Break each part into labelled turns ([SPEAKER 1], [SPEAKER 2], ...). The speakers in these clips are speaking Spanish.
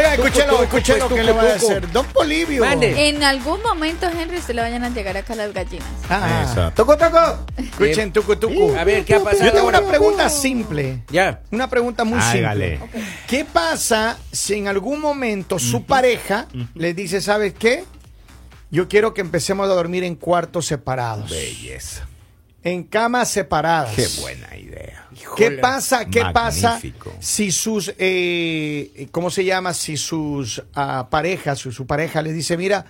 [SPEAKER 1] el cochero que le va a hacer. Don Polivio.
[SPEAKER 2] Mande.
[SPEAKER 3] En algún momento, Henry, se le vayan a llegar acá las gallinas.
[SPEAKER 1] Ah,
[SPEAKER 4] Exacto.
[SPEAKER 1] toco, toco. Escuchen, tucu, tucu.
[SPEAKER 2] A ver, ¿qué ha pasado
[SPEAKER 1] Yo tengo una
[SPEAKER 2] ahora?
[SPEAKER 1] pregunta simple.
[SPEAKER 2] Ya.
[SPEAKER 1] Una pregunta muy
[SPEAKER 4] Hágale.
[SPEAKER 1] simple. ¿Qué pasa si en algún momento su pareja le dice, ¿sabes qué? Yo quiero que empecemos a dormir en cuartos separados.
[SPEAKER 4] Belleza.
[SPEAKER 1] En camas separadas.
[SPEAKER 4] Qué buena idea.
[SPEAKER 1] ¿Qué
[SPEAKER 2] Híjole.
[SPEAKER 1] pasa? ¿Qué pasa
[SPEAKER 4] Magnífico.
[SPEAKER 1] si sus, eh, ¿cómo se llama? Si sus ah, parejas, su, su pareja les dice, mira,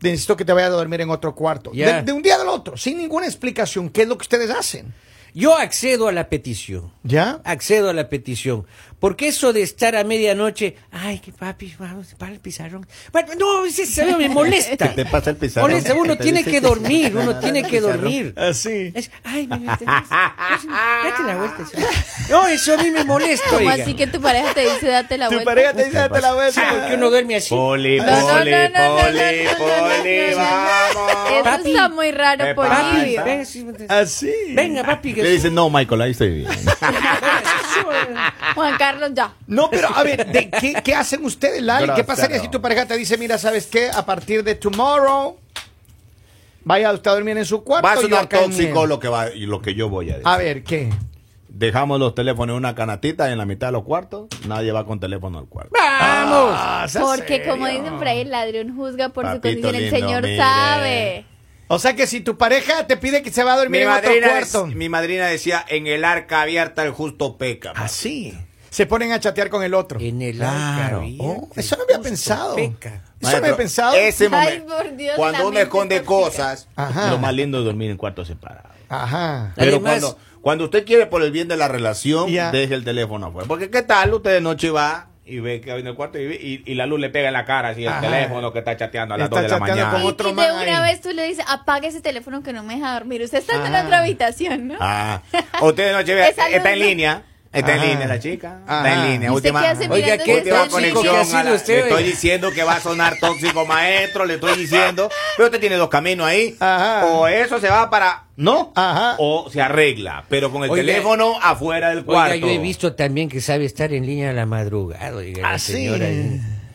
[SPEAKER 1] necesito que te vayas a dormir en otro cuarto.
[SPEAKER 2] Ya.
[SPEAKER 1] De, de un día al otro, sin ninguna explicación, ¿qué es lo que ustedes hacen?
[SPEAKER 2] Yo accedo a la petición.
[SPEAKER 1] ¿Ya?
[SPEAKER 2] Accedo a la petición. Porque eso de estar a medianoche, ay, que papi, vamos para el pizarrón. Bueno, no, ese se me molesta.
[SPEAKER 4] Que te pasa el pizarrón.
[SPEAKER 2] Molesta, uno
[SPEAKER 4] Que te
[SPEAKER 2] tiene
[SPEAKER 4] dice
[SPEAKER 2] que
[SPEAKER 4] que- Ah,
[SPEAKER 2] dormir, uno tiene que dormir.
[SPEAKER 1] Así.
[SPEAKER 2] Es- ay, mi vida, tenés- date la vuelta. sí. No, eso a mí me molesta.
[SPEAKER 3] Como
[SPEAKER 2] oiga.
[SPEAKER 3] así que tu pareja te dice, date la vuelta.
[SPEAKER 1] te
[SPEAKER 4] dice, "Date la
[SPEAKER 2] Sí, porque uno duerme así.
[SPEAKER 4] Poli,
[SPEAKER 3] No, no, no,
[SPEAKER 4] poli,
[SPEAKER 3] no, no, no, no,
[SPEAKER 4] poli,
[SPEAKER 3] no, no, no.
[SPEAKER 4] poli,
[SPEAKER 3] Eso
[SPEAKER 4] vamos.
[SPEAKER 2] Papi.
[SPEAKER 3] está muy raro,
[SPEAKER 4] Eh,
[SPEAKER 3] por
[SPEAKER 4] papi,
[SPEAKER 2] Papi,
[SPEAKER 3] Polivio.
[SPEAKER 4] Ay,
[SPEAKER 2] ven, sí, ven,
[SPEAKER 4] Ah.
[SPEAKER 1] Así.
[SPEAKER 2] venga, papi. Que
[SPEAKER 4] Le dicen, no, Michael, ahí estoy bien.
[SPEAKER 3] Juan Carlos, ya.
[SPEAKER 1] No, pero a ver, ¿de qué, qué hacen ustedes, Lali? ¿Qué
[SPEAKER 4] Grosero.
[SPEAKER 1] pasaría si tu pareja te dice, mira, ¿sabes qué? A partir de tomorrow, vaya usted a dormir en su cuarto.
[SPEAKER 4] Va
[SPEAKER 1] y
[SPEAKER 4] a
[SPEAKER 1] yo
[SPEAKER 4] sonar
[SPEAKER 1] acá en
[SPEAKER 4] tóxico
[SPEAKER 1] el-
[SPEAKER 4] lo que, va, y lo que yo voy a decir.
[SPEAKER 1] A ver, ¿qué?
[SPEAKER 4] Dejamos los teléfonos en una canatita en la mitad de los cuartos. Nadie va con teléfono al cuarto.
[SPEAKER 2] Vamos.
[SPEAKER 1] Ah,
[SPEAKER 3] Ah, Porque como dicen por ahí, el ladrón juzga por su
[SPEAKER 4] Papito
[SPEAKER 3] condición, el
[SPEAKER 4] lindo,
[SPEAKER 3] señor
[SPEAKER 4] mire.
[SPEAKER 3] sabe.
[SPEAKER 1] O sea que si tu pareja te pide que se va a dormir
[SPEAKER 4] Mi
[SPEAKER 1] en
[SPEAKER 4] madrina,
[SPEAKER 1] otro cuarto.
[SPEAKER 4] dec- mi madrina decía, en el arca abierta el justo peca.
[SPEAKER 1] Así. Ah, Se ponen a chatear con el otro.
[SPEAKER 2] En el
[SPEAKER 4] Claro.
[SPEAKER 2] alcalde,
[SPEAKER 1] Oh,
[SPEAKER 2] que
[SPEAKER 1] eso no había
[SPEAKER 2] justo
[SPEAKER 1] pensado.
[SPEAKER 2] peca.
[SPEAKER 1] Eso no había
[SPEAKER 4] Maestro,
[SPEAKER 1] pensado.
[SPEAKER 4] Ese
[SPEAKER 3] Ay,
[SPEAKER 4] momento,
[SPEAKER 3] por Dios, la
[SPEAKER 4] cuando uno
[SPEAKER 3] mente
[SPEAKER 4] esconde
[SPEAKER 3] tóxica.
[SPEAKER 4] cosas,
[SPEAKER 1] Ajá.
[SPEAKER 4] lo más lindo es dormir en cuartos separados.
[SPEAKER 1] Ajá.
[SPEAKER 4] Pero
[SPEAKER 2] Además-
[SPEAKER 4] cuando, cuando usted quiere por el bien de la relación,
[SPEAKER 1] Ya.
[SPEAKER 4] deje el teléfono afuera. Porque qué tal, usted de noche va y ve que hay en el cuarto y, ve- y- y la luz le pega en la cara así el
[SPEAKER 1] Ajá.
[SPEAKER 4] teléfono que está chateando a las
[SPEAKER 1] Está
[SPEAKER 4] 2 de la
[SPEAKER 1] chateando
[SPEAKER 4] mañana.
[SPEAKER 1] con
[SPEAKER 3] Y,
[SPEAKER 1] otro
[SPEAKER 3] y de
[SPEAKER 1] man
[SPEAKER 3] una
[SPEAKER 1] ahí.
[SPEAKER 3] vez tú le dices, apaga ese teléfono que no me deja dormir. Usted está en
[SPEAKER 1] Ah.
[SPEAKER 3] otra habitación, ¿no?
[SPEAKER 4] Ah, usted de noche ve,
[SPEAKER 3] Esa luz
[SPEAKER 4] está en
[SPEAKER 3] no-
[SPEAKER 4] línea. Está
[SPEAKER 2] Ah.
[SPEAKER 1] Ajá.
[SPEAKER 4] en línea la chica.
[SPEAKER 1] Ajá.
[SPEAKER 4] Está en
[SPEAKER 3] ¿Y
[SPEAKER 4] línea.
[SPEAKER 3] usted
[SPEAKER 4] Última,
[SPEAKER 3] qué hace
[SPEAKER 2] Oiga,
[SPEAKER 3] mirando
[SPEAKER 2] qué
[SPEAKER 3] ese
[SPEAKER 4] última
[SPEAKER 2] tóxico
[SPEAKER 3] teléfono?
[SPEAKER 2] que ha
[SPEAKER 4] conexión. a
[SPEAKER 2] sido
[SPEAKER 4] la-
[SPEAKER 2] usted,
[SPEAKER 4] le
[SPEAKER 2] oiga.
[SPEAKER 4] estoy diciendo que va a sonar tóxico, maestro. Le estoy diciendo. Pero usted tiene dos caminos ahí.
[SPEAKER 1] Ajá.
[SPEAKER 4] O eso se va para. ¿No?
[SPEAKER 1] Ajá.
[SPEAKER 4] O se arregla. Pero con el
[SPEAKER 2] Oiga.
[SPEAKER 4] teléfono afuera del cuarto.
[SPEAKER 2] Oiga, yo he visto también que sabe estar en línea a la madrugada, oiga, la
[SPEAKER 1] Ah, sí.
[SPEAKER 2] señora.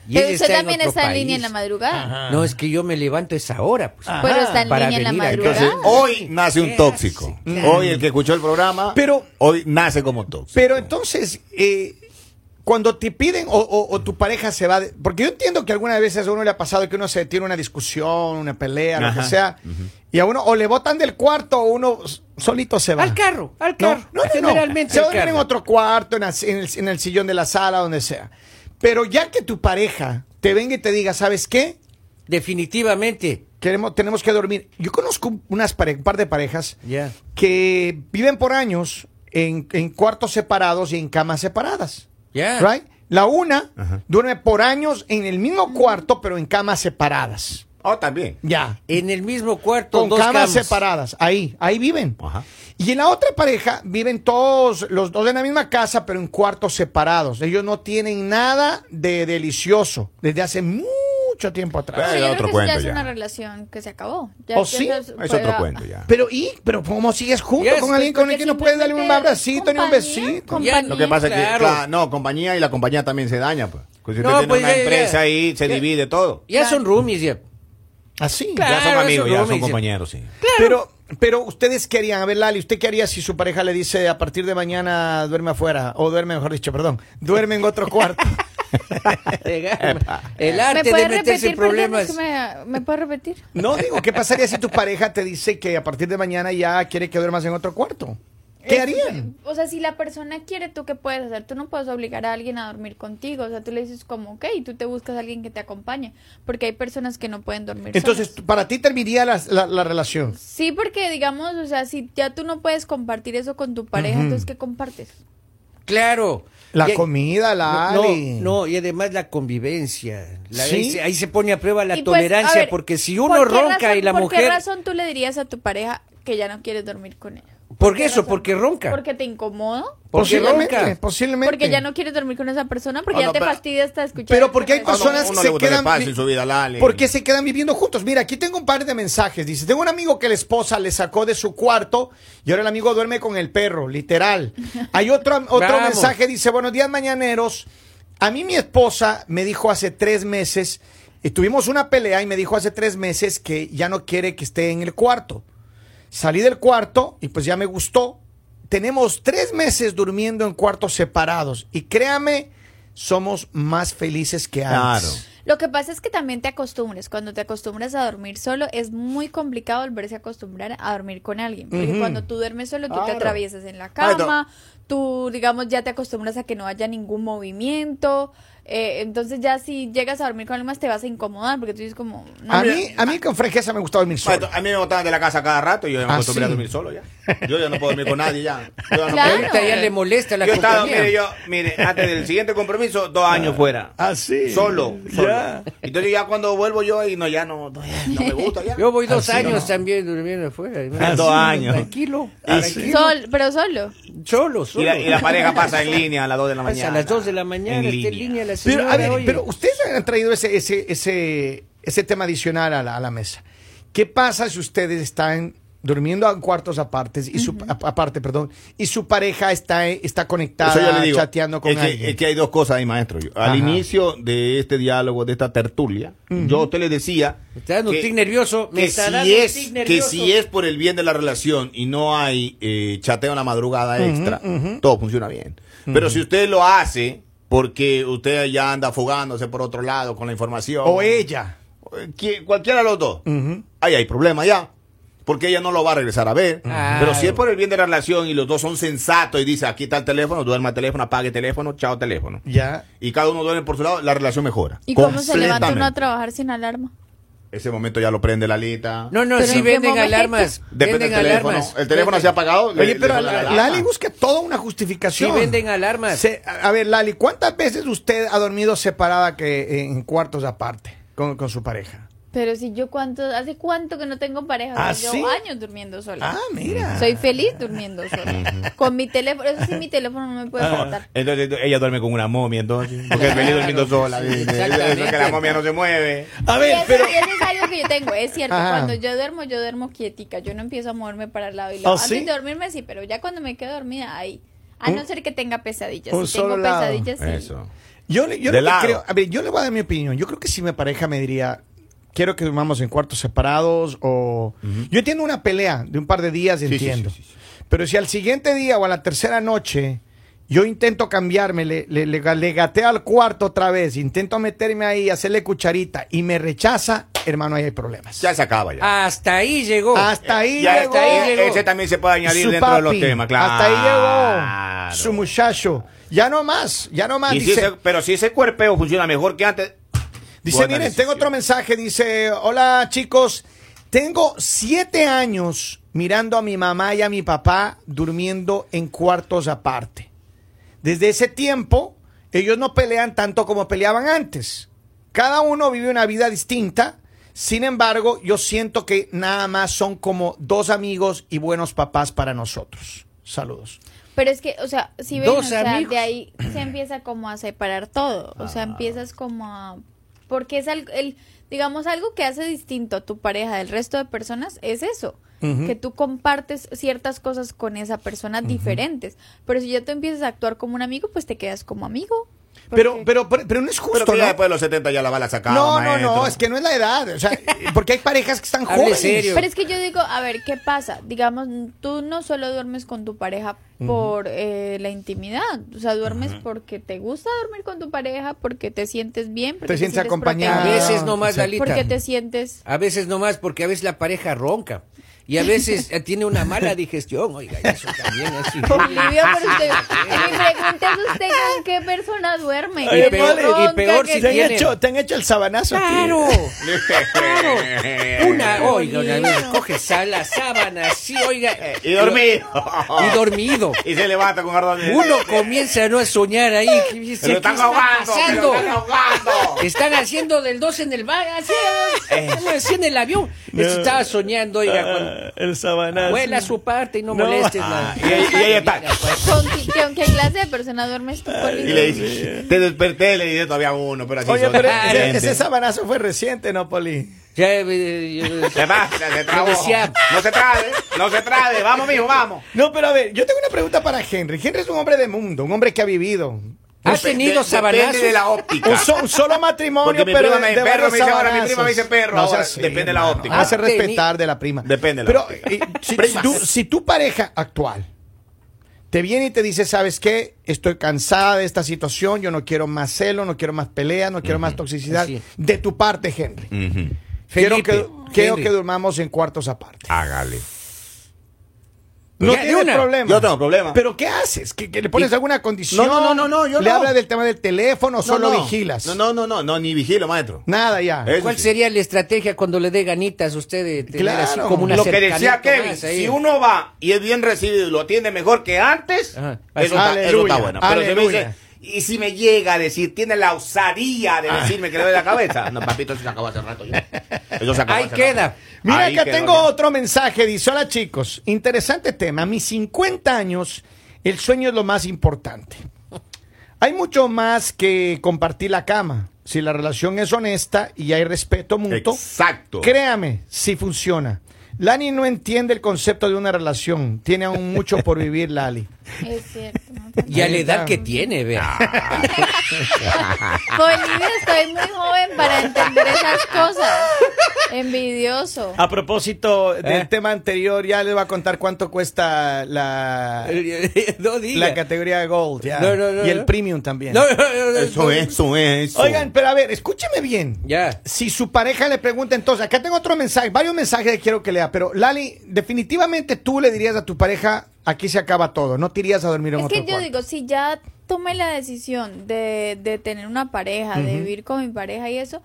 [SPEAKER 2] Y
[SPEAKER 3] Pero
[SPEAKER 2] ella
[SPEAKER 3] usted
[SPEAKER 2] en
[SPEAKER 3] también
[SPEAKER 2] otro
[SPEAKER 3] está en
[SPEAKER 2] país.
[SPEAKER 3] línea en la madrugada.
[SPEAKER 2] No, es que yo me levanto esa hora, pues.
[SPEAKER 1] Ah,
[SPEAKER 3] Pero está en
[SPEAKER 2] Para
[SPEAKER 3] línea en la
[SPEAKER 2] venir acá.
[SPEAKER 3] madrugada.
[SPEAKER 4] Entonces, oh, hoy nace un tóxico. Hoy el que escuchó el programa.
[SPEAKER 1] Pero-
[SPEAKER 4] Hoy nace como tóxico.
[SPEAKER 1] Pero entonces, eh, cuando te piden o, o- o tu pareja se va... de- porque yo entiendo que algunas veces a uno le ha pasado que uno se tiene una discusión, una pelea, lo que
[SPEAKER 4] Ajá.
[SPEAKER 1] sea. Y a uno o le botan del cuarto o uno s- solito se va.
[SPEAKER 2] Al carro, al
[SPEAKER 1] No,
[SPEAKER 2] carro.
[SPEAKER 1] no, no, no.
[SPEAKER 2] Generalmente
[SPEAKER 1] Se
[SPEAKER 2] al
[SPEAKER 1] va a dormir en
[SPEAKER 2] carro.
[SPEAKER 1] otro cuarto, en, as- en el, en el sillón de la sala, donde sea. Pero ya que tu pareja te venga y te diga, ¿sabes qué?
[SPEAKER 2] Definitivamente.
[SPEAKER 1] Queremos, tenemos que dormir. Yo conozco unas pare- un par de parejas
[SPEAKER 2] Ya.
[SPEAKER 1] que viven por años en, en cuartos separados y en camas separadas.
[SPEAKER 2] Ya.
[SPEAKER 1] Right? La una duerme por años en el mismo cuarto, pero en camas separadas.
[SPEAKER 4] Oh, también.
[SPEAKER 1] Ya.
[SPEAKER 2] En el mismo cuarto,
[SPEAKER 1] Con
[SPEAKER 2] dos
[SPEAKER 1] camas,
[SPEAKER 2] camas.
[SPEAKER 1] separadas. Ahí, ahí viven.
[SPEAKER 4] Ajá.
[SPEAKER 1] Y en la otra pareja viven todos los dos en la misma casa, pero en cuartos separados. Ellos no tienen nada de delicioso desde hace mucho tiempo atrás.
[SPEAKER 3] Pero
[SPEAKER 4] Era
[SPEAKER 3] yo creo
[SPEAKER 4] otro
[SPEAKER 3] que eso
[SPEAKER 4] cuento
[SPEAKER 3] ya es
[SPEAKER 4] ya.
[SPEAKER 3] una relación que se acabó. Ya-
[SPEAKER 1] ¿O
[SPEAKER 3] ya
[SPEAKER 1] sí?
[SPEAKER 3] eso
[SPEAKER 4] Es
[SPEAKER 3] fue-
[SPEAKER 4] otro cuento ya.
[SPEAKER 1] Pero y, pero cómo sigues junto
[SPEAKER 2] Yes,
[SPEAKER 1] con alguien
[SPEAKER 3] pues,
[SPEAKER 1] con el
[SPEAKER 3] porque
[SPEAKER 1] que no puedes darle un
[SPEAKER 3] simplemente
[SPEAKER 1] abracito ni un
[SPEAKER 3] compañía,
[SPEAKER 1] besito.
[SPEAKER 3] compañía.
[SPEAKER 2] Ya,
[SPEAKER 4] Lo que pasa es que,
[SPEAKER 2] Mm, Claro.
[SPEAKER 4] claro, no, compañía y la compañía también se daña, pues. Porque Si usted
[SPEAKER 2] No,
[SPEAKER 4] tiene
[SPEAKER 2] pues,
[SPEAKER 4] una
[SPEAKER 2] ya, ya,
[SPEAKER 4] empresa
[SPEAKER 2] ya.
[SPEAKER 4] ahí, se
[SPEAKER 2] Ya.
[SPEAKER 4] divide todo.
[SPEAKER 2] Ya son roomies, ya.
[SPEAKER 1] Así.
[SPEAKER 2] Claro.
[SPEAKER 4] ya son amigos,
[SPEAKER 2] eso no
[SPEAKER 4] ya
[SPEAKER 2] me
[SPEAKER 4] son
[SPEAKER 2] dice.
[SPEAKER 4] compañeros, sí.
[SPEAKER 1] Pero, pero ustedes qué harían, a ver Lali, ¿usted qué haría si su pareja le dice a partir de mañana duerme afuera? O duerme, mejor dicho, perdón, duerme en otro cuarto.
[SPEAKER 2] El
[SPEAKER 3] ¿Me
[SPEAKER 2] arte de
[SPEAKER 3] puede
[SPEAKER 2] meterse en
[SPEAKER 3] repetir, perdón, es
[SPEAKER 2] problemas.
[SPEAKER 3] que me, ¿Me puede repetir?
[SPEAKER 1] No, digo, ¿qué pasaría si tu pareja te dice que a partir de mañana ya quiere que duermas en otro cuarto? ¿Qué
[SPEAKER 3] Es-
[SPEAKER 1] harían?
[SPEAKER 3] O sea, si la persona quiere, ¿tú qué puedes hacer? Tú no puedes obligar a alguien a dormir contigo. O sea, tú le dices como, ok, tú te buscas a alguien que te acompañe. Porque hay personas que no pueden dormir
[SPEAKER 1] Entonces,
[SPEAKER 3] solas.
[SPEAKER 1] para ti terminaría la, la- la relación.
[SPEAKER 3] Sí, porque digamos, o sea, si ya tú no puedes compartir eso con tu pareja, entonces ¿qué compartes?
[SPEAKER 2] Claro.
[SPEAKER 1] La
[SPEAKER 2] Ya-
[SPEAKER 1] comida, la
[SPEAKER 2] No,
[SPEAKER 1] Ali.
[SPEAKER 2] no, y además la convivencia. La-
[SPEAKER 1] ¿Sí?
[SPEAKER 2] ahí, se, ahí se pone a prueba la
[SPEAKER 3] Y pues,
[SPEAKER 2] tolerancia,
[SPEAKER 3] a ver,
[SPEAKER 2] porque si
[SPEAKER 3] ¿por
[SPEAKER 2] uno
[SPEAKER 3] qué
[SPEAKER 2] ronca y
[SPEAKER 3] razón-
[SPEAKER 2] la
[SPEAKER 3] ¿Por qué
[SPEAKER 2] mujer...
[SPEAKER 3] razón tú le dirías a tu pareja que ya no quieres dormir con ella?
[SPEAKER 2] ¿Por
[SPEAKER 3] qué
[SPEAKER 2] qué eso?
[SPEAKER 3] razón?
[SPEAKER 2] Porque ronca.
[SPEAKER 3] ¿Porque te incomodo?
[SPEAKER 2] Porque
[SPEAKER 1] posiblemente,
[SPEAKER 2] ronca.
[SPEAKER 1] posiblemente.
[SPEAKER 3] Porque ya no quieres dormir con esa persona, porque
[SPEAKER 4] Ah,
[SPEAKER 3] ya
[SPEAKER 4] no,
[SPEAKER 3] te
[SPEAKER 4] pero-
[SPEAKER 3] fastidia hasta escuchar. Ah,
[SPEAKER 1] Pero porque hay
[SPEAKER 3] esa
[SPEAKER 4] uno-
[SPEAKER 1] personas
[SPEAKER 4] uno
[SPEAKER 1] que
[SPEAKER 4] le
[SPEAKER 1] se
[SPEAKER 4] gusta que
[SPEAKER 1] quedan
[SPEAKER 4] pase en su vida, Lali.
[SPEAKER 1] ¿Por qué se quedan viviendo juntos? Mira, aquí tengo un par de mensajes. Dice, tengo un amigo que la esposa le sacó de su cuarto y ahora el amigo duerme con el perro, literal. Hay otro, otro
[SPEAKER 2] Vamos.
[SPEAKER 1] mensaje, dice, buenos días mañaneros. A mí mi esposa me dijo hace tres meses, y tuvimos una pelea y me dijo hace tres meses que ya no quiere que esté en el cuarto. Salí del cuarto y pues ya me gustó. Tenemos tres meses durmiendo en cuartos separados y créame, somos más felices que antes.
[SPEAKER 4] Claro.
[SPEAKER 3] Lo que pasa es que también te acostumbras. Cuando te acostumbras a dormir solo, es muy complicado volverse a acostumbrar a dormir con alguien. Porque
[SPEAKER 1] Ujú.
[SPEAKER 3] cuando tú duermes solo, tú te
[SPEAKER 4] Claro.
[SPEAKER 3] atraviesas en la
[SPEAKER 4] Ay, no.
[SPEAKER 3] cama, tú, digamos, ya te acostumbras a que no haya ningún movimiento. eh, entonces ya si llegas a dormir con alguien más, te vas a incomodar porque tú dices como... no,
[SPEAKER 1] A mí, a mí con franqueza me gusta dormir solo.
[SPEAKER 4] Maestro, a mí me botaban de la casa cada rato y yo ya me
[SPEAKER 1] Ah,
[SPEAKER 4] acostumbré a
[SPEAKER 1] sí.
[SPEAKER 4] dormir solo ya. Yo ya no puedo dormir con nadie ya. Yo ya no
[SPEAKER 3] Claro.
[SPEAKER 4] puedo.
[SPEAKER 2] Ahorita ya le molesta la
[SPEAKER 4] Yo
[SPEAKER 2] compañía.
[SPEAKER 4] estaba, mire, yo, mire, antes del siguiente compromiso, dos años fuera.
[SPEAKER 1] Ah, sí.
[SPEAKER 4] Solo, solo.
[SPEAKER 1] Ya.
[SPEAKER 4] Entonces ya cuando vuelvo yo y no, ya no, no, no me gusta ya.
[SPEAKER 2] Yo voy dos
[SPEAKER 1] Así
[SPEAKER 2] años
[SPEAKER 1] no.
[SPEAKER 2] también durmiendo afuera.
[SPEAKER 4] Ah, dos años.
[SPEAKER 2] Tranquilo,
[SPEAKER 4] Así.
[SPEAKER 2] tranquilo.
[SPEAKER 3] sol- pero solo.
[SPEAKER 2] Solo, solo.
[SPEAKER 4] y, la, y la pareja pasa en línea a las 2 de la
[SPEAKER 2] Pasa
[SPEAKER 4] mañana.
[SPEAKER 2] a las 2 de la mañana,
[SPEAKER 4] En
[SPEAKER 2] está en línea, la señora.
[SPEAKER 1] Pero, a ver,
[SPEAKER 2] oye.
[SPEAKER 1] pero ustedes han traído ese, ese, ese, ese tema adicional a la, a la mesa. ¿Qué pasa si ustedes están durmiendo en cuartos apartes y su, a- aparte, perdón, y su pareja está, está conectada,
[SPEAKER 4] Eso yo le digo,
[SPEAKER 1] chateando con
[SPEAKER 4] es que,
[SPEAKER 1] alguien?
[SPEAKER 4] es que hay dos cosas ahí, maestro. Yo,
[SPEAKER 1] Ajá.
[SPEAKER 4] al inicio de este diálogo, de esta tertulia, yo a usted le decía
[SPEAKER 2] Me está dando un
[SPEAKER 4] que-
[SPEAKER 2] tic nervioso. Me
[SPEAKER 4] que
[SPEAKER 2] está
[SPEAKER 4] si
[SPEAKER 2] dando un
[SPEAKER 4] es-
[SPEAKER 2] tic
[SPEAKER 4] que
[SPEAKER 2] nervioso.
[SPEAKER 4] si es por el bien de la relación y no hay eh, chateo en la madrugada extra, todo funciona bien. Pero si usted lo hace porque usted ya anda fugándose por otro lado con la información.
[SPEAKER 1] o ella.
[SPEAKER 4] eh, qui- Cualquiera de los dos. Ahí hay problema ya. Porque ella no lo va a regresar a ver.
[SPEAKER 1] Ah.
[SPEAKER 2] Claro.
[SPEAKER 4] Pero si es por el bien de la relación y los dos son sensatos y dice, aquí está el teléfono, duerma el teléfono, apague el teléfono, chao teléfono.
[SPEAKER 1] Ya.
[SPEAKER 4] Y cada uno duerme por su lado, la relación mejora.
[SPEAKER 3] ¿Y cómo se levanta uno a
[SPEAKER 4] Completamente.
[SPEAKER 3] trabajar sin alarma?
[SPEAKER 4] Ese momento ya lo prende la alita.
[SPEAKER 2] No, no,
[SPEAKER 3] Pero
[SPEAKER 2] sí
[SPEAKER 3] ¿en qué
[SPEAKER 2] venden
[SPEAKER 3] momento?
[SPEAKER 2] alarmas.
[SPEAKER 4] Depende
[SPEAKER 2] venden
[SPEAKER 4] del teléfono.
[SPEAKER 2] alarmas.
[SPEAKER 4] El teléfono
[SPEAKER 2] Venden-
[SPEAKER 4] se ha apagado. le-
[SPEAKER 1] Oye, pero
[SPEAKER 4] le suena
[SPEAKER 1] la-
[SPEAKER 4] alarma.
[SPEAKER 1] Lali busca toda una
[SPEAKER 2] Sí,
[SPEAKER 1] justificación.
[SPEAKER 2] venden alarmas.
[SPEAKER 1] Se- a a ver, Lali, ¿cuántas veces usted ha dormido separada que en cuartos aparte con, con su pareja?
[SPEAKER 3] Pero si yo cuánto, hace cuánto que no tengo pareja,
[SPEAKER 1] ¿Ah,
[SPEAKER 3] o sea,
[SPEAKER 1] sí?
[SPEAKER 3] llevo años durmiendo sola.
[SPEAKER 1] Ah, mira.
[SPEAKER 3] Soy feliz durmiendo sola. Con mi teléfono, eso sí, mi teléfono no me puede
[SPEAKER 1] Ah.
[SPEAKER 3] faltar.
[SPEAKER 4] Entonces ella duerme con una momia, entonces. Porque es feliz durmiendo sola.
[SPEAKER 2] sí,
[SPEAKER 4] dice,
[SPEAKER 2] exactamente.
[SPEAKER 4] Eso que la momia no se mueve.
[SPEAKER 1] A
[SPEAKER 3] Y
[SPEAKER 1] ver,
[SPEAKER 3] eso,
[SPEAKER 1] pero...
[SPEAKER 3] y eso es algo que yo tengo, es cierto.
[SPEAKER 1] Ajá.
[SPEAKER 3] Cuando yo duermo, yo duermo quietica. Yo no empiezo a moverme para el lado y lado.
[SPEAKER 1] ¿Ah, sí?
[SPEAKER 3] Antes de dormirme, sí, pero ya cuando me quedo dormida, ahí. A
[SPEAKER 1] Un-
[SPEAKER 3] no ser que tenga pesadillas.
[SPEAKER 1] un
[SPEAKER 3] si tengo
[SPEAKER 1] solo lado.
[SPEAKER 3] pesadillas, sí.
[SPEAKER 4] Eso.
[SPEAKER 1] Yo, le- yo
[SPEAKER 4] De
[SPEAKER 1] lo que
[SPEAKER 4] lado.
[SPEAKER 1] creo- a ver, yo le voy a dar mi opinión. Yo creo que si mi pareja me diría, quiero que durmamos en cuartos separados o... Yo entiendo una pelea de un par de días,
[SPEAKER 4] sí,
[SPEAKER 1] entiendo.
[SPEAKER 4] sí, sí, sí.
[SPEAKER 1] Pero si al siguiente día o a la tercera noche yo intento cambiarme, le, le, le, le gateo al cuarto otra vez, intento meterme ahí, hacerle cucharita y me rechaza, hermano, ahí hay problemas.
[SPEAKER 4] Ya se acaba ya.
[SPEAKER 2] Hasta ahí llegó.
[SPEAKER 1] Hasta ahí
[SPEAKER 4] Ya
[SPEAKER 1] llegó
[SPEAKER 4] está
[SPEAKER 2] ahí llegó.
[SPEAKER 4] Ese también se puede añadir
[SPEAKER 1] su
[SPEAKER 4] dentro de los
[SPEAKER 1] papi.
[SPEAKER 4] temas, claro.
[SPEAKER 1] Hasta ahí llegó su muchacho. Ya no más, ya no más.
[SPEAKER 4] Y si
[SPEAKER 1] dice,
[SPEAKER 4] ese- pero si ese cuerpeo funciona mejor que antes.
[SPEAKER 1] Dice,
[SPEAKER 4] Buena
[SPEAKER 1] miren,
[SPEAKER 4] decisión.
[SPEAKER 1] tengo otro mensaje, dice, hola chicos, tengo siete años mirando a mi mamá y a mi papá durmiendo en cuartos aparte. Desde ese tiempo, ellos no pelean tanto como peleaban antes. Cada uno vive una vida distinta. Sin embargo, yo siento que nada más son como dos amigos y buenos papás para nosotros. Saludos.
[SPEAKER 3] Pero es que, o sea, si ven, o
[SPEAKER 2] Dos
[SPEAKER 3] sea,
[SPEAKER 2] amigos. Ah.
[SPEAKER 3] de ahí se empieza como a separar todo. O sea, empiezas como a. Porque es algo, el, digamos, algo que hace distinto a tu pareja del resto de personas es eso. Que tú compartes ciertas cosas con esa persona diferentes. Pero si ya tú empiezas a actuar como un amigo, pues te quedas como amigo.
[SPEAKER 1] Pero, pero, pero, pero no es justo,
[SPEAKER 4] Pero que ya
[SPEAKER 1] ¿no?
[SPEAKER 4] después Ah, de los 70 ya la bala sacaba.
[SPEAKER 1] No, no, no, es que no es la edad. O sea, porque hay parejas que están
[SPEAKER 4] Ah,
[SPEAKER 2] Hable
[SPEAKER 1] jóvenes.
[SPEAKER 2] serio.
[SPEAKER 3] Pero es que yo digo, a ver, ¿qué pasa? Digamos, tú no solo duermes con tu pareja por eh, la intimidad, o sea, duermes porque te gusta dormir con tu pareja, porque te sientes bien, porque te,
[SPEAKER 1] sientes acompañado.
[SPEAKER 2] A veces nomás,
[SPEAKER 1] Sí.
[SPEAKER 2] Lalita.
[SPEAKER 3] porque te sientes...
[SPEAKER 2] A veces nomás, porque a veces la pareja ronca. Y a veces eh, tiene una mala digestión. Oiga, y eso también es
[SPEAKER 3] Olivia, pero usted, mi pregunta es usted con qué persona duerme.
[SPEAKER 2] Y
[SPEAKER 3] que
[SPEAKER 2] peor-
[SPEAKER 3] le
[SPEAKER 2] y
[SPEAKER 3] ronca,
[SPEAKER 2] peor
[SPEAKER 3] que-
[SPEAKER 2] si
[SPEAKER 1] ¿Te han,
[SPEAKER 2] tiene-
[SPEAKER 1] hecho, te han hecho el sabanazo. a ti?
[SPEAKER 2] ¡Claro! ¡Claro! Una, oiga, una vez coge sal, la sábana, sí, oiga. eh,
[SPEAKER 4] Y dormido.
[SPEAKER 2] Y dormido.
[SPEAKER 4] Y se levanta con ardor. de-
[SPEAKER 2] Uno comienza no a soñar ahí. ¿Qué,
[SPEAKER 4] Se
[SPEAKER 2] qué
[SPEAKER 4] lo están
[SPEAKER 2] está
[SPEAKER 4] ahogando. Se
[SPEAKER 2] pasando?
[SPEAKER 4] lo están ahogando.
[SPEAKER 2] Están haciendo del 2 en el bar, así,
[SPEAKER 4] Eh.
[SPEAKER 2] así en el avión. Este estaba soñando, oiga, cuando
[SPEAKER 1] Ah, el sabanazo.
[SPEAKER 2] vuela su parte y no,
[SPEAKER 1] No.
[SPEAKER 2] molestes
[SPEAKER 4] Ah,
[SPEAKER 2] la-
[SPEAKER 4] y, ahí- y ahí está.
[SPEAKER 3] ¿Con qué, con qué clase de persona duermes tú,
[SPEAKER 4] Y
[SPEAKER 3] Olivia?
[SPEAKER 4] le dice, te desperté, le dice todavía uno, pero así
[SPEAKER 1] Oye,
[SPEAKER 4] son
[SPEAKER 1] pero ese,
[SPEAKER 4] diferentes.
[SPEAKER 1] ese sabanazo fue reciente, ¿no, Poli?
[SPEAKER 2] Ya, eh, yo-
[SPEAKER 4] Se va, se trabó.
[SPEAKER 2] Yo decía-
[SPEAKER 4] No se trabe, no se trabe. Vamos, mijo, vamos.
[SPEAKER 1] No, pero a ver, yo tengo una pregunta para Henry. Henry es un hombre de mundo, un hombre que ha vivido.
[SPEAKER 2] ¿Has tenido sabanazos?
[SPEAKER 4] Pues, Depende de la óptica.
[SPEAKER 1] Un, so- un solo matrimonio,
[SPEAKER 4] Ah. Porque mi
[SPEAKER 1] pero
[SPEAKER 4] prima
[SPEAKER 1] de-
[SPEAKER 4] me dice
[SPEAKER 1] de
[SPEAKER 4] perro,
[SPEAKER 1] varios
[SPEAKER 4] me dice ahora, mi
[SPEAKER 1] sabanazos.
[SPEAKER 4] prima me dice perro, ahora,
[SPEAKER 1] así,
[SPEAKER 4] depende de la
[SPEAKER 1] hermano.
[SPEAKER 4] óptica.
[SPEAKER 1] Hace
[SPEAKER 2] Ah, teni-
[SPEAKER 1] respetar de la prima.
[SPEAKER 4] Depende de la
[SPEAKER 1] Pero
[SPEAKER 4] óptica.
[SPEAKER 1] eh, si,
[SPEAKER 4] Primas.
[SPEAKER 1] si tu, si tu pareja actual te viene y te dice, ¿sabes qué? Estoy cansada de esta situación, yo no quiero más celo, no quiero más pelea, no quiero más toxicidad.
[SPEAKER 2] Así es.
[SPEAKER 1] De tu parte, Henry.
[SPEAKER 4] Ujú.
[SPEAKER 1] quiero
[SPEAKER 2] Felipe,
[SPEAKER 1] que, quiero
[SPEAKER 2] Henry.
[SPEAKER 1] que durmamos en cuartos aparte.
[SPEAKER 4] Hágale.
[SPEAKER 1] No
[SPEAKER 2] Ya, de
[SPEAKER 1] tienes
[SPEAKER 2] una.
[SPEAKER 1] problema.
[SPEAKER 4] Yo tengo problema.
[SPEAKER 1] ¿Pero qué haces? ¿Que, que le pones
[SPEAKER 4] Y-
[SPEAKER 1] alguna condición?
[SPEAKER 4] No, no, no, no, yo
[SPEAKER 1] ¿Le
[SPEAKER 4] no.
[SPEAKER 1] hablas del tema del teléfono? ¿Solo
[SPEAKER 4] no.
[SPEAKER 1] vigilas?
[SPEAKER 4] No, no, no, no, no, ni vigilo, maestro.
[SPEAKER 1] Nada ya.
[SPEAKER 4] Eh,
[SPEAKER 2] ¿Cuál
[SPEAKER 4] sí.
[SPEAKER 2] sería la estrategia cuando le dé ganitas a usted de tener
[SPEAKER 1] Claro.
[SPEAKER 2] así como una
[SPEAKER 4] Lo que decía
[SPEAKER 2] cercanía
[SPEAKER 4] Kevin,
[SPEAKER 2] más ahí?
[SPEAKER 4] si uno va y es bien recibido y lo atiende mejor que antes,
[SPEAKER 2] Ajá.
[SPEAKER 4] eso, está, eso
[SPEAKER 1] Aleluya,
[SPEAKER 4] está bueno. Pero si me
[SPEAKER 1] aleluya.
[SPEAKER 4] dice, y si me llega a decir, tiene la osadía
[SPEAKER 2] Ah.
[SPEAKER 4] de decirme que le doy la cabeza. No, papito, eso se acabó hace rato ya. Eso se acabó
[SPEAKER 2] Ahí
[SPEAKER 4] hace
[SPEAKER 2] queda.
[SPEAKER 4] rato.
[SPEAKER 1] Mira,
[SPEAKER 4] Ahí
[SPEAKER 1] acá
[SPEAKER 4] quedó
[SPEAKER 1] tengo
[SPEAKER 4] ya.
[SPEAKER 1] otro mensaje. Dice, hola chicos, interesante tema. A mis 50 años, el sueño es lo más importante. Hay mucho más que compartir la cama. Si la relación es honesta y hay respeto mutuo,
[SPEAKER 4] Exacto.
[SPEAKER 1] créame, si funciona. Lani no entiende el concepto de una relación. Tiene aún mucho por vivir, Lali.
[SPEAKER 3] Es cierto. no tanto.
[SPEAKER 2] Y a la edad que tiene, vea.
[SPEAKER 4] Ah.
[SPEAKER 3] Bolivia, estoy muy joven para entender esas cosas. Envidioso.
[SPEAKER 1] A propósito del
[SPEAKER 2] ¿Eh?
[SPEAKER 1] tema anterior, ya les voy a contar cuánto cuesta la,
[SPEAKER 2] no
[SPEAKER 1] la
[SPEAKER 2] diga.
[SPEAKER 1] categoría de Gold. ya.
[SPEAKER 2] No, no, no,
[SPEAKER 1] y el
[SPEAKER 2] no.
[SPEAKER 1] Premium también.
[SPEAKER 2] No, no, no, no,
[SPEAKER 4] Eso
[SPEAKER 2] no.
[SPEAKER 4] es, eso es. eso.
[SPEAKER 1] Oigan, pero a ver, escúcheme bien.
[SPEAKER 2] Ya.
[SPEAKER 1] Si su pareja le pregunta, entonces, acá tengo otro mensaje, varios mensajes que quiero que lea, pero Lali, definitivamente tú le dirías a tu pareja, aquí se acaba todo, no te irías a dormir en
[SPEAKER 3] Es
[SPEAKER 1] otro
[SPEAKER 3] que yo
[SPEAKER 1] cuarto.
[SPEAKER 3] digo, si ya tomé la decisión de, de tener una pareja, de vivir con mi pareja y eso,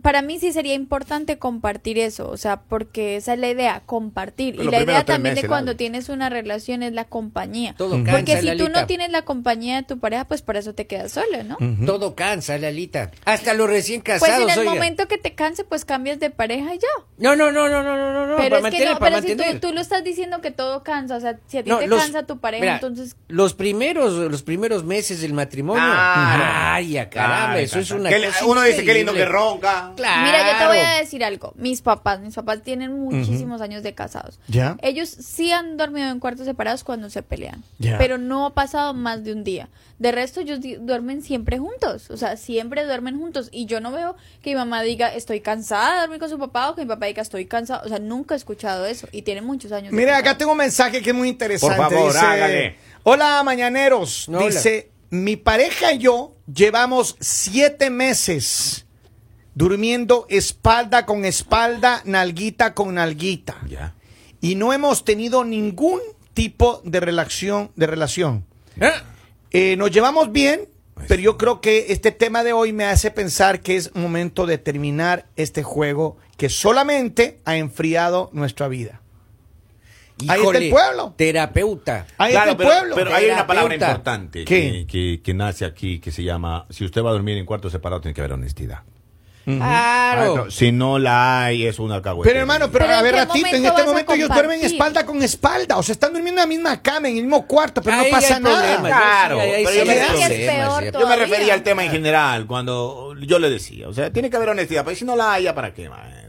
[SPEAKER 3] para mí sí sería importante compartir eso, o sea, porque esa es la idea, compartir.
[SPEAKER 4] Pero
[SPEAKER 3] y
[SPEAKER 4] los
[SPEAKER 3] la idea
[SPEAKER 4] primeros tres
[SPEAKER 3] también
[SPEAKER 4] meses,
[SPEAKER 3] de cuando
[SPEAKER 4] Lali.
[SPEAKER 3] tienes una relación es la compañía.
[SPEAKER 2] Todo cansa,
[SPEAKER 3] porque si tú
[SPEAKER 2] Lalita.
[SPEAKER 3] no tienes la compañía de tu pareja, pues para eso te quedas solo, ¿no?
[SPEAKER 4] Mm.
[SPEAKER 2] Todo cansa, Lalita. Hasta los recién
[SPEAKER 3] Pues
[SPEAKER 2] casados,
[SPEAKER 3] en el
[SPEAKER 2] oiga.
[SPEAKER 3] momento que te canse, pues cambias de pareja y ya.
[SPEAKER 2] No, no, no, no, no, no, no, no,
[SPEAKER 3] pero
[SPEAKER 2] para
[SPEAKER 3] es
[SPEAKER 2] mantener,
[SPEAKER 3] que no,
[SPEAKER 2] para
[SPEAKER 3] pero si tú,
[SPEAKER 2] mantener.
[SPEAKER 3] tú lo estás diciendo que todo cansa, o sea, si a ti
[SPEAKER 2] No,
[SPEAKER 3] te
[SPEAKER 2] los-
[SPEAKER 3] cansa tu pareja,
[SPEAKER 2] mira,
[SPEAKER 3] entonces
[SPEAKER 2] los primeros los primeros meses del matrimonio
[SPEAKER 4] Claro.
[SPEAKER 2] ay a caramba
[SPEAKER 4] Ah. Ay,
[SPEAKER 2] eso es
[SPEAKER 4] caramba.
[SPEAKER 2] una
[SPEAKER 4] Que le-
[SPEAKER 2] cosa
[SPEAKER 4] uno dice, qué lindo
[SPEAKER 2] increíble.
[SPEAKER 4] que ronca.
[SPEAKER 2] claro
[SPEAKER 3] Mira, yo te voy a decir algo. Mis papás, mis papás tienen muchísimos años de casados.
[SPEAKER 1] Ya.
[SPEAKER 3] Ellos sí han dormido en cuartos separados cuando se pelean.
[SPEAKER 1] Ya.
[SPEAKER 3] Pero no ha pasado más de un día. De resto, ellos di- duermen siempre juntos. O sea, siempre duermen juntos. Y yo no veo que mi mamá diga, estoy cansada de dormir con su papá o que mi papá diga, estoy cansada. O sea, nunca he escuchado eso. Y tienen muchos años. de
[SPEAKER 1] Mira, acá
[SPEAKER 3] casados.
[SPEAKER 1] tengo un mensaje que es muy interesante.
[SPEAKER 4] Por favor,
[SPEAKER 1] dice,
[SPEAKER 4] hágale.
[SPEAKER 1] Hola, mañaneros.
[SPEAKER 2] No, hola.
[SPEAKER 1] dice, mi pareja y yo llevamos siete meses durmiendo espalda con espalda, nalguita con nalguita.
[SPEAKER 4] Ya.
[SPEAKER 1] Y no hemos tenido ningún tipo de relación. De relación. Eh, nos llevamos bien, pero yo creo que este tema de hoy me hace pensar que es momento de terminar este juego que solamente ha enfriado nuestra vida. Ahí está el pueblo. Ah,
[SPEAKER 2] terapeuta
[SPEAKER 1] Ahí
[SPEAKER 4] Claro,
[SPEAKER 1] está el
[SPEAKER 4] pero,
[SPEAKER 1] pueblo.
[SPEAKER 4] pero hay una palabra
[SPEAKER 2] Terapeuta.
[SPEAKER 4] importante
[SPEAKER 1] ¿Qué?
[SPEAKER 4] que, que- que nace aquí que se llama, si usted va a dormir en cuarto separado, tiene que haber honestidad.
[SPEAKER 2] claro
[SPEAKER 4] Maestro, Si no la hay, es una alcahuete.
[SPEAKER 1] Pero hermano, pero,
[SPEAKER 3] Pero
[SPEAKER 1] a
[SPEAKER 3] ¿en
[SPEAKER 1] ver,
[SPEAKER 3] qué
[SPEAKER 1] ratito, en
[SPEAKER 3] momento
[SPEAKER 1] este
[SPEAKER 3] vas a
[SPEAKER 1] momento ellos duermen
[SPEAKER 3] compartir?
[SPEAKER 1] espalda con espalda. O sea, están durmiendo en la misma cama, en el mismo cuarto, pero
[SPEAKER 2] Ahí
[SPEAKER 1] no pasa
[SPEAKER 2] hay problemas,
[SPEAKER 1] nada.
[SPEAKER 2] yo sí,
[SPEAKER 4] Claro,
[SPEAKER 2] ahí hay
[SPEAKER 4] pero yo
[SPEAKER 2] sí hay
[SPEAKER 4] creo que es
[SPEAKER 2] problemas,
[SPEAKER 3] peor
[SPEAKER 2] sí.
[SPEAKER 3] todo.
[SPEAKER 4] Yo me
[SPEAKER 3] Todavía.
[SPEAKER 4] refería al tema en general, cuando yo le decía, o sea, tiene que haber honestidad, pero si no la haya, ¿para qué, maestro?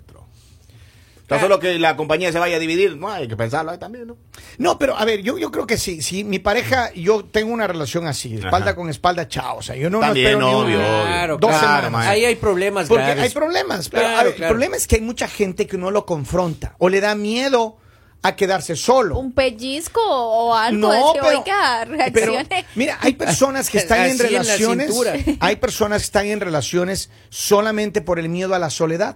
[SPEAKER 4] Tan solo que la compañía se vaya a dividir, no hay que pensarlo ahí también, ¿no?
[SPEAKER 1] No, pero a ver, yo, yo creo que sí. Si mi pareja, yo tengo una relación así, espalda
[SPEAKER 4] Ajá.
[SPEAKER 1] con espalda, chao. O sea, yo no, no
[SPEAKER 4] también,
[SPEAKER 1] espero ni un-
[SPEAKER 4] obvio, obvio.
[SPEAKER 2] Claro,
[SPEAKER 1] Dos
[SPEAKER 2] claro,
[SPEAKER 1] semanas.
[SPEAKER 2] ahí hay problemas
[SPEAKER 1] Porque
[SPEAKER 2] graves.
[SPEAKER 1] hay problemas. Pero,
[SPEAKER 2] Claro,
[SPEAKER 1] a ver,
[SPEAKER 2] claro.
[SPEAKER 1] El problema es que hay mucha gente que uno lo confronta o le da miedo a quedarse solo.
[SPEAKER 3] Un pellizco o algo. es que, oiga,
[SPEAKER 1] pero,
[SPEAKER 3] reaccione.
[SPEAKER 1] mira, hay personas que están
[SPEAKER 2] Así
[SPEAKER 1] en
[SPEAKER 2] en la
[SPEAKER 1] relaciones,
[SPEAKER 2] cintura.
[SPEAKER 1] hay personas que están en relaciones solamente por el miedo a la soledad.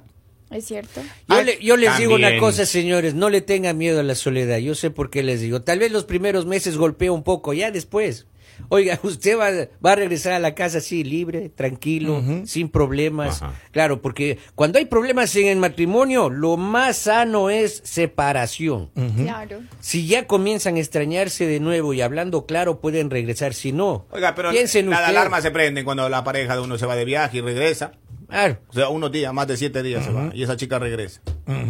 [SPEAKER 3] Es cierto.
[SPEAKER 2] Yo,
[SPEAKER 1] Ay,
[SPEAKER 2] le- yo les digo una
[SPEAKER 4] también.
[SPEAKER 2] cosa, señores, no le tengan miedo a la soledad. Yo sé por qué les digo. Tal vez los primeros meses golpea un poco, ya después. Oiga, usted va, va a regresar a la casa así, libre, tranquilo, sin problemas.
[SPEAKER 4] Ajá.
[SPEAKER 2] Claro, porque cuando hay problemas en el matrimonio, lo más sano es separación.
[SPEAKER 3] Claro.
[SPEAKER 2] Si ya comienzan a extrañarse de nuevo y hablando claro, pueden regresar. Si no,
[SPEAKER 4] Oiga, pero
[SPEAKER 2] piensen
[SPEAKER 4] las
[SPEAKER 2] ustedes.
[SPEAKER 4] alarmas se prenden cuando la pareja de uno se va de viaje y regresa.
[SPEAKER 2] Claro,
[SPEAKER 4] O sea, unos días, más de siete días se va, y esa chica regresa.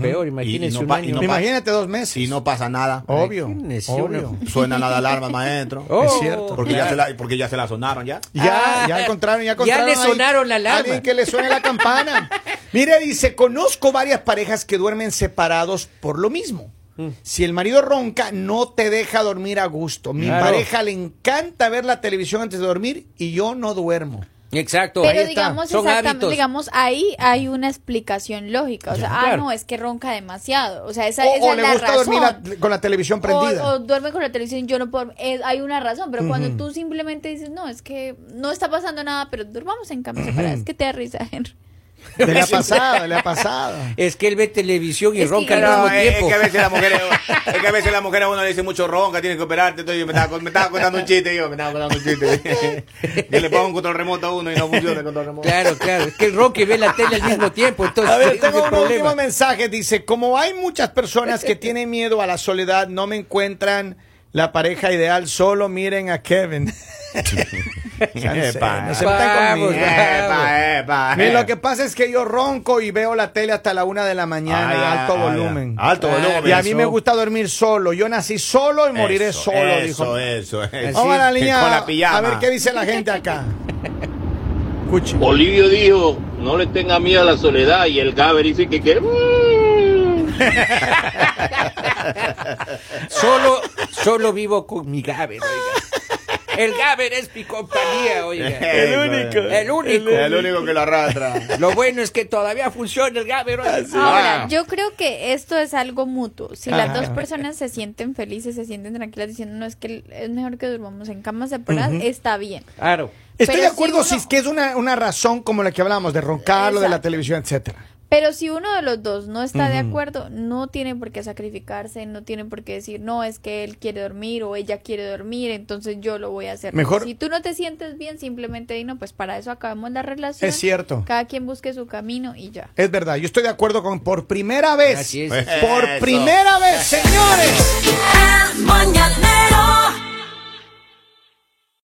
[SPEAKER 2] peor, imagínense
[SPEAKER 4] no
[SPEAKER 2] un
[SPEAKER 4] pa- y
[SPEAKER 2] año.
[SPEAKER 4] no pa-
[SPEAKER 1] Imagínate dos meses.
[SPEAKER 4] Si no pasa nada,
[SPEAKER 1] obvio,
[SPEAKER 2] Imagínese
[SPEAKER 1] obvio.
[SPEAKER 2] uno.
[SPEAKER 4] suena la alarma, maestro.
[SPEAKER 2] Oh,
[SPEAKER 1] es cierto.
[SPEAKER 4] Porque, ya se la, porque ya se la sonaron, ya.
[SPEAKER 1] Ya,
[SPEAKER 2] Ah,
[SPEAKER 1] ya encontraron, ya
[SPEAKER 2] ya
[SPEAKER 1] encontraron.
[SPEAKER 2] le
[SPEAKER 1] ahí
[SPEAKER 2] sonaron la alarma.
[SPEAKER 1] Alguien que le suene la campana. Mire, dice, conozco varias parejas que duermen separados por lo mismo.
[SPEAKER 3] Mm.
[SPEAKER 1] Si el marido ronca, no te deja dormir a gusto. Mi
[SPEAKER 2] Claro.
[SPEAKER 1] pareja le encanta ver la televisión antes de dormir y yo no duermo.
[SPEAKER 2] Exacto.
[SPEAKER 1] ahí
[SPEAKER 3] Pero
[SPEAKER 1] está.
[SPEAKER 3] digamos,
[SPEAKER 2] Son
[SPEAKER 3] exactam-
[SPEAKER 2] hábitos.
[SPEAKER 3] digamos, ahí hay una explicación lógica. O sea, ah,
[SPEAKER 2] claro.
[SPEAKER 3] no, es que ronca demasiado. O sea, esa,
[SPEAKER 1] O,
[SPEAKER 3] esa
[SPEAKER 1] o
[SPEAKER 3] es
[SPEAKER 1] le
[SPEAKER 3] la
[SPEAKER 1] gusta
[SPEAKER 3] razón.
[SPEAKER 1] dormir a- con la televisión prendida.
[SPEAKER 3] O, o duerme con la televisión, yo no puedo. es- hay una razón, pero cuando tú simplemente dices, no, es que no está pasando nada, pero durmamos en camas separadas, que te da risa, Henry.
[SPEAKER 1] Le ha pasado, le ha pasado.
[SPEAKER 2] Es que él ve televisión y
[SPEAKER 3] Es que-
[SPEAKER 2] ronca al
[SPEAKER 3] No,
[SPEAKER 2] mismo
[SPEAKER 4] es,
[SPEAKER 2] tiempo.
[SPEAKER 4] eh, que a veces la mujer, es que a veces la mujer a uno le dice mucho ronca, tienes que operarte. Entonces yo me estaba, me estaba contando un chiste, yo me estaba contando un chiste. Yo le pongo un control remoto a uno y no funciona el control remoto.
[SPEAKER 2] Claro, claro. Es que el ronca y ve la tele al mismo tiempo. Entonces,
[SPEAKER 1] A ver,
[SPEAKER 2] ese es
[SPEAKER 1] tengo
[SPEAKER 2] el
[SPEAKER 1] un
[SPEAKER 2] problema.
[SPEAKER 1] último mensaje. Dice, como hay muchas personas que tienen miedo a la soledad, no me encuentran la pareja ideal, solo miren a Kevin. Ya no sé,
[SPEAKER 4] Epa.
[SPEAKER 1] no se metan
[SPEAKER 2] Vamos,
[SPEAKER 1] conmigo.
[SPEAKER 4] Epa, epa,
[SPEAKER 1] Miren,
[SPEAKER 4] epa.
[SPEAKER 1] lo que pasa es que yo ronco y veo la tele hasta la una de la mañana,
[SPEAKER 4] Ah, ya,
[SPEAKER 1] alto
[SPEAKER 4] ah, ya.
[SPEAKER 1] volumen.
[SPEAKER 4] Alto volumen.
[SPEAKER 1] Y a mí
[SPEAKER 2] eso.
[SPEAKER 1] me gusta dormir solo. Yo nací solo y moriré
[SPEAKER 4] Eso,
[SPEAKER 1] solo,
[SPEAKER 4] eso,
[SPEAKER 1] dijo.
[SPEAKER 4] Eso, eso.
[SPEAKER 1] Vamos a la
[SPEAKER 4] Sí,
[SPEAKER 1] línea,
[SPEAKER 4] con la pijama.
[SPEAKER 1] a ver qué dice la gente acá. Escuche.
[SPEAKER 5] Olivio dijo, no le tenga miedo a la soledad y el Gaber dice que que...
[SPEAKER 2] Solo, solo vivo con mi Gaber, oiga. El Gaber es mi compañía, oiga.
[SPEAKER 4] Eh,
[SPEAKER 1] El único.
[SPEAKER 2] El único.
[SPEAKER 4] El único que lo arrastra.
[SPEAKER 2] Lo bueno es que todavía funciona el Gaber, oiga.
[SPEAKER 3] Ahora,
[SPEAKER 4] Ah.
[SPEAKER 3] yo creo que esto es algo mutuo. Si las
[SPEAKER 1] Ajá.
[SPEAKER 2] Ah.
[SPEAKER 3] dos personas se sienten felices, se sienten tranquilas diciendo, no, es que es mejor que durmamos en camas separadas, está bien.
[SPEAKER 2] Claro.
[SPEAKER 1] Estoy
[SPEAKER 3] Pero
[SPEAKER 1] de
[SPEAKER 3] si
[SPEAKER 1] acuerdo
[SPEAKER 3] uno-
[SPEAKER 1] si es que es una, una razón como la que hablamos, de roncar, lo de la
[SPEAKER 3] Exacto.
[SPEAKER 1] televisión, etcétera.
[SPEAKER 3] Pero si uno de los dos no está de acuerdo, no tiene por qué sacrificarse, no tiene por qué decir, no, es que él quiere dormir o ella quiere dormir, entonces yo lo voy a hacer.
[SPEAKER 1] Mejor-
[SPEAKER 3] Si tú no te sientes bien, simplemente di, no, pues para eso acabamos la relación.
[SPEAKER 1] Es cierto.
[SPEAKER 3] Cada quien busque su camino y ya.
[SPEAKER 1] Es verdad, yo estoy de acuerdo con por primera vez.
[SPEAKER 2] Así es.
[SPEAKER 1] Por
[SPEAKER 4] Eso.
[SPEAKER 1] primera vez, señores.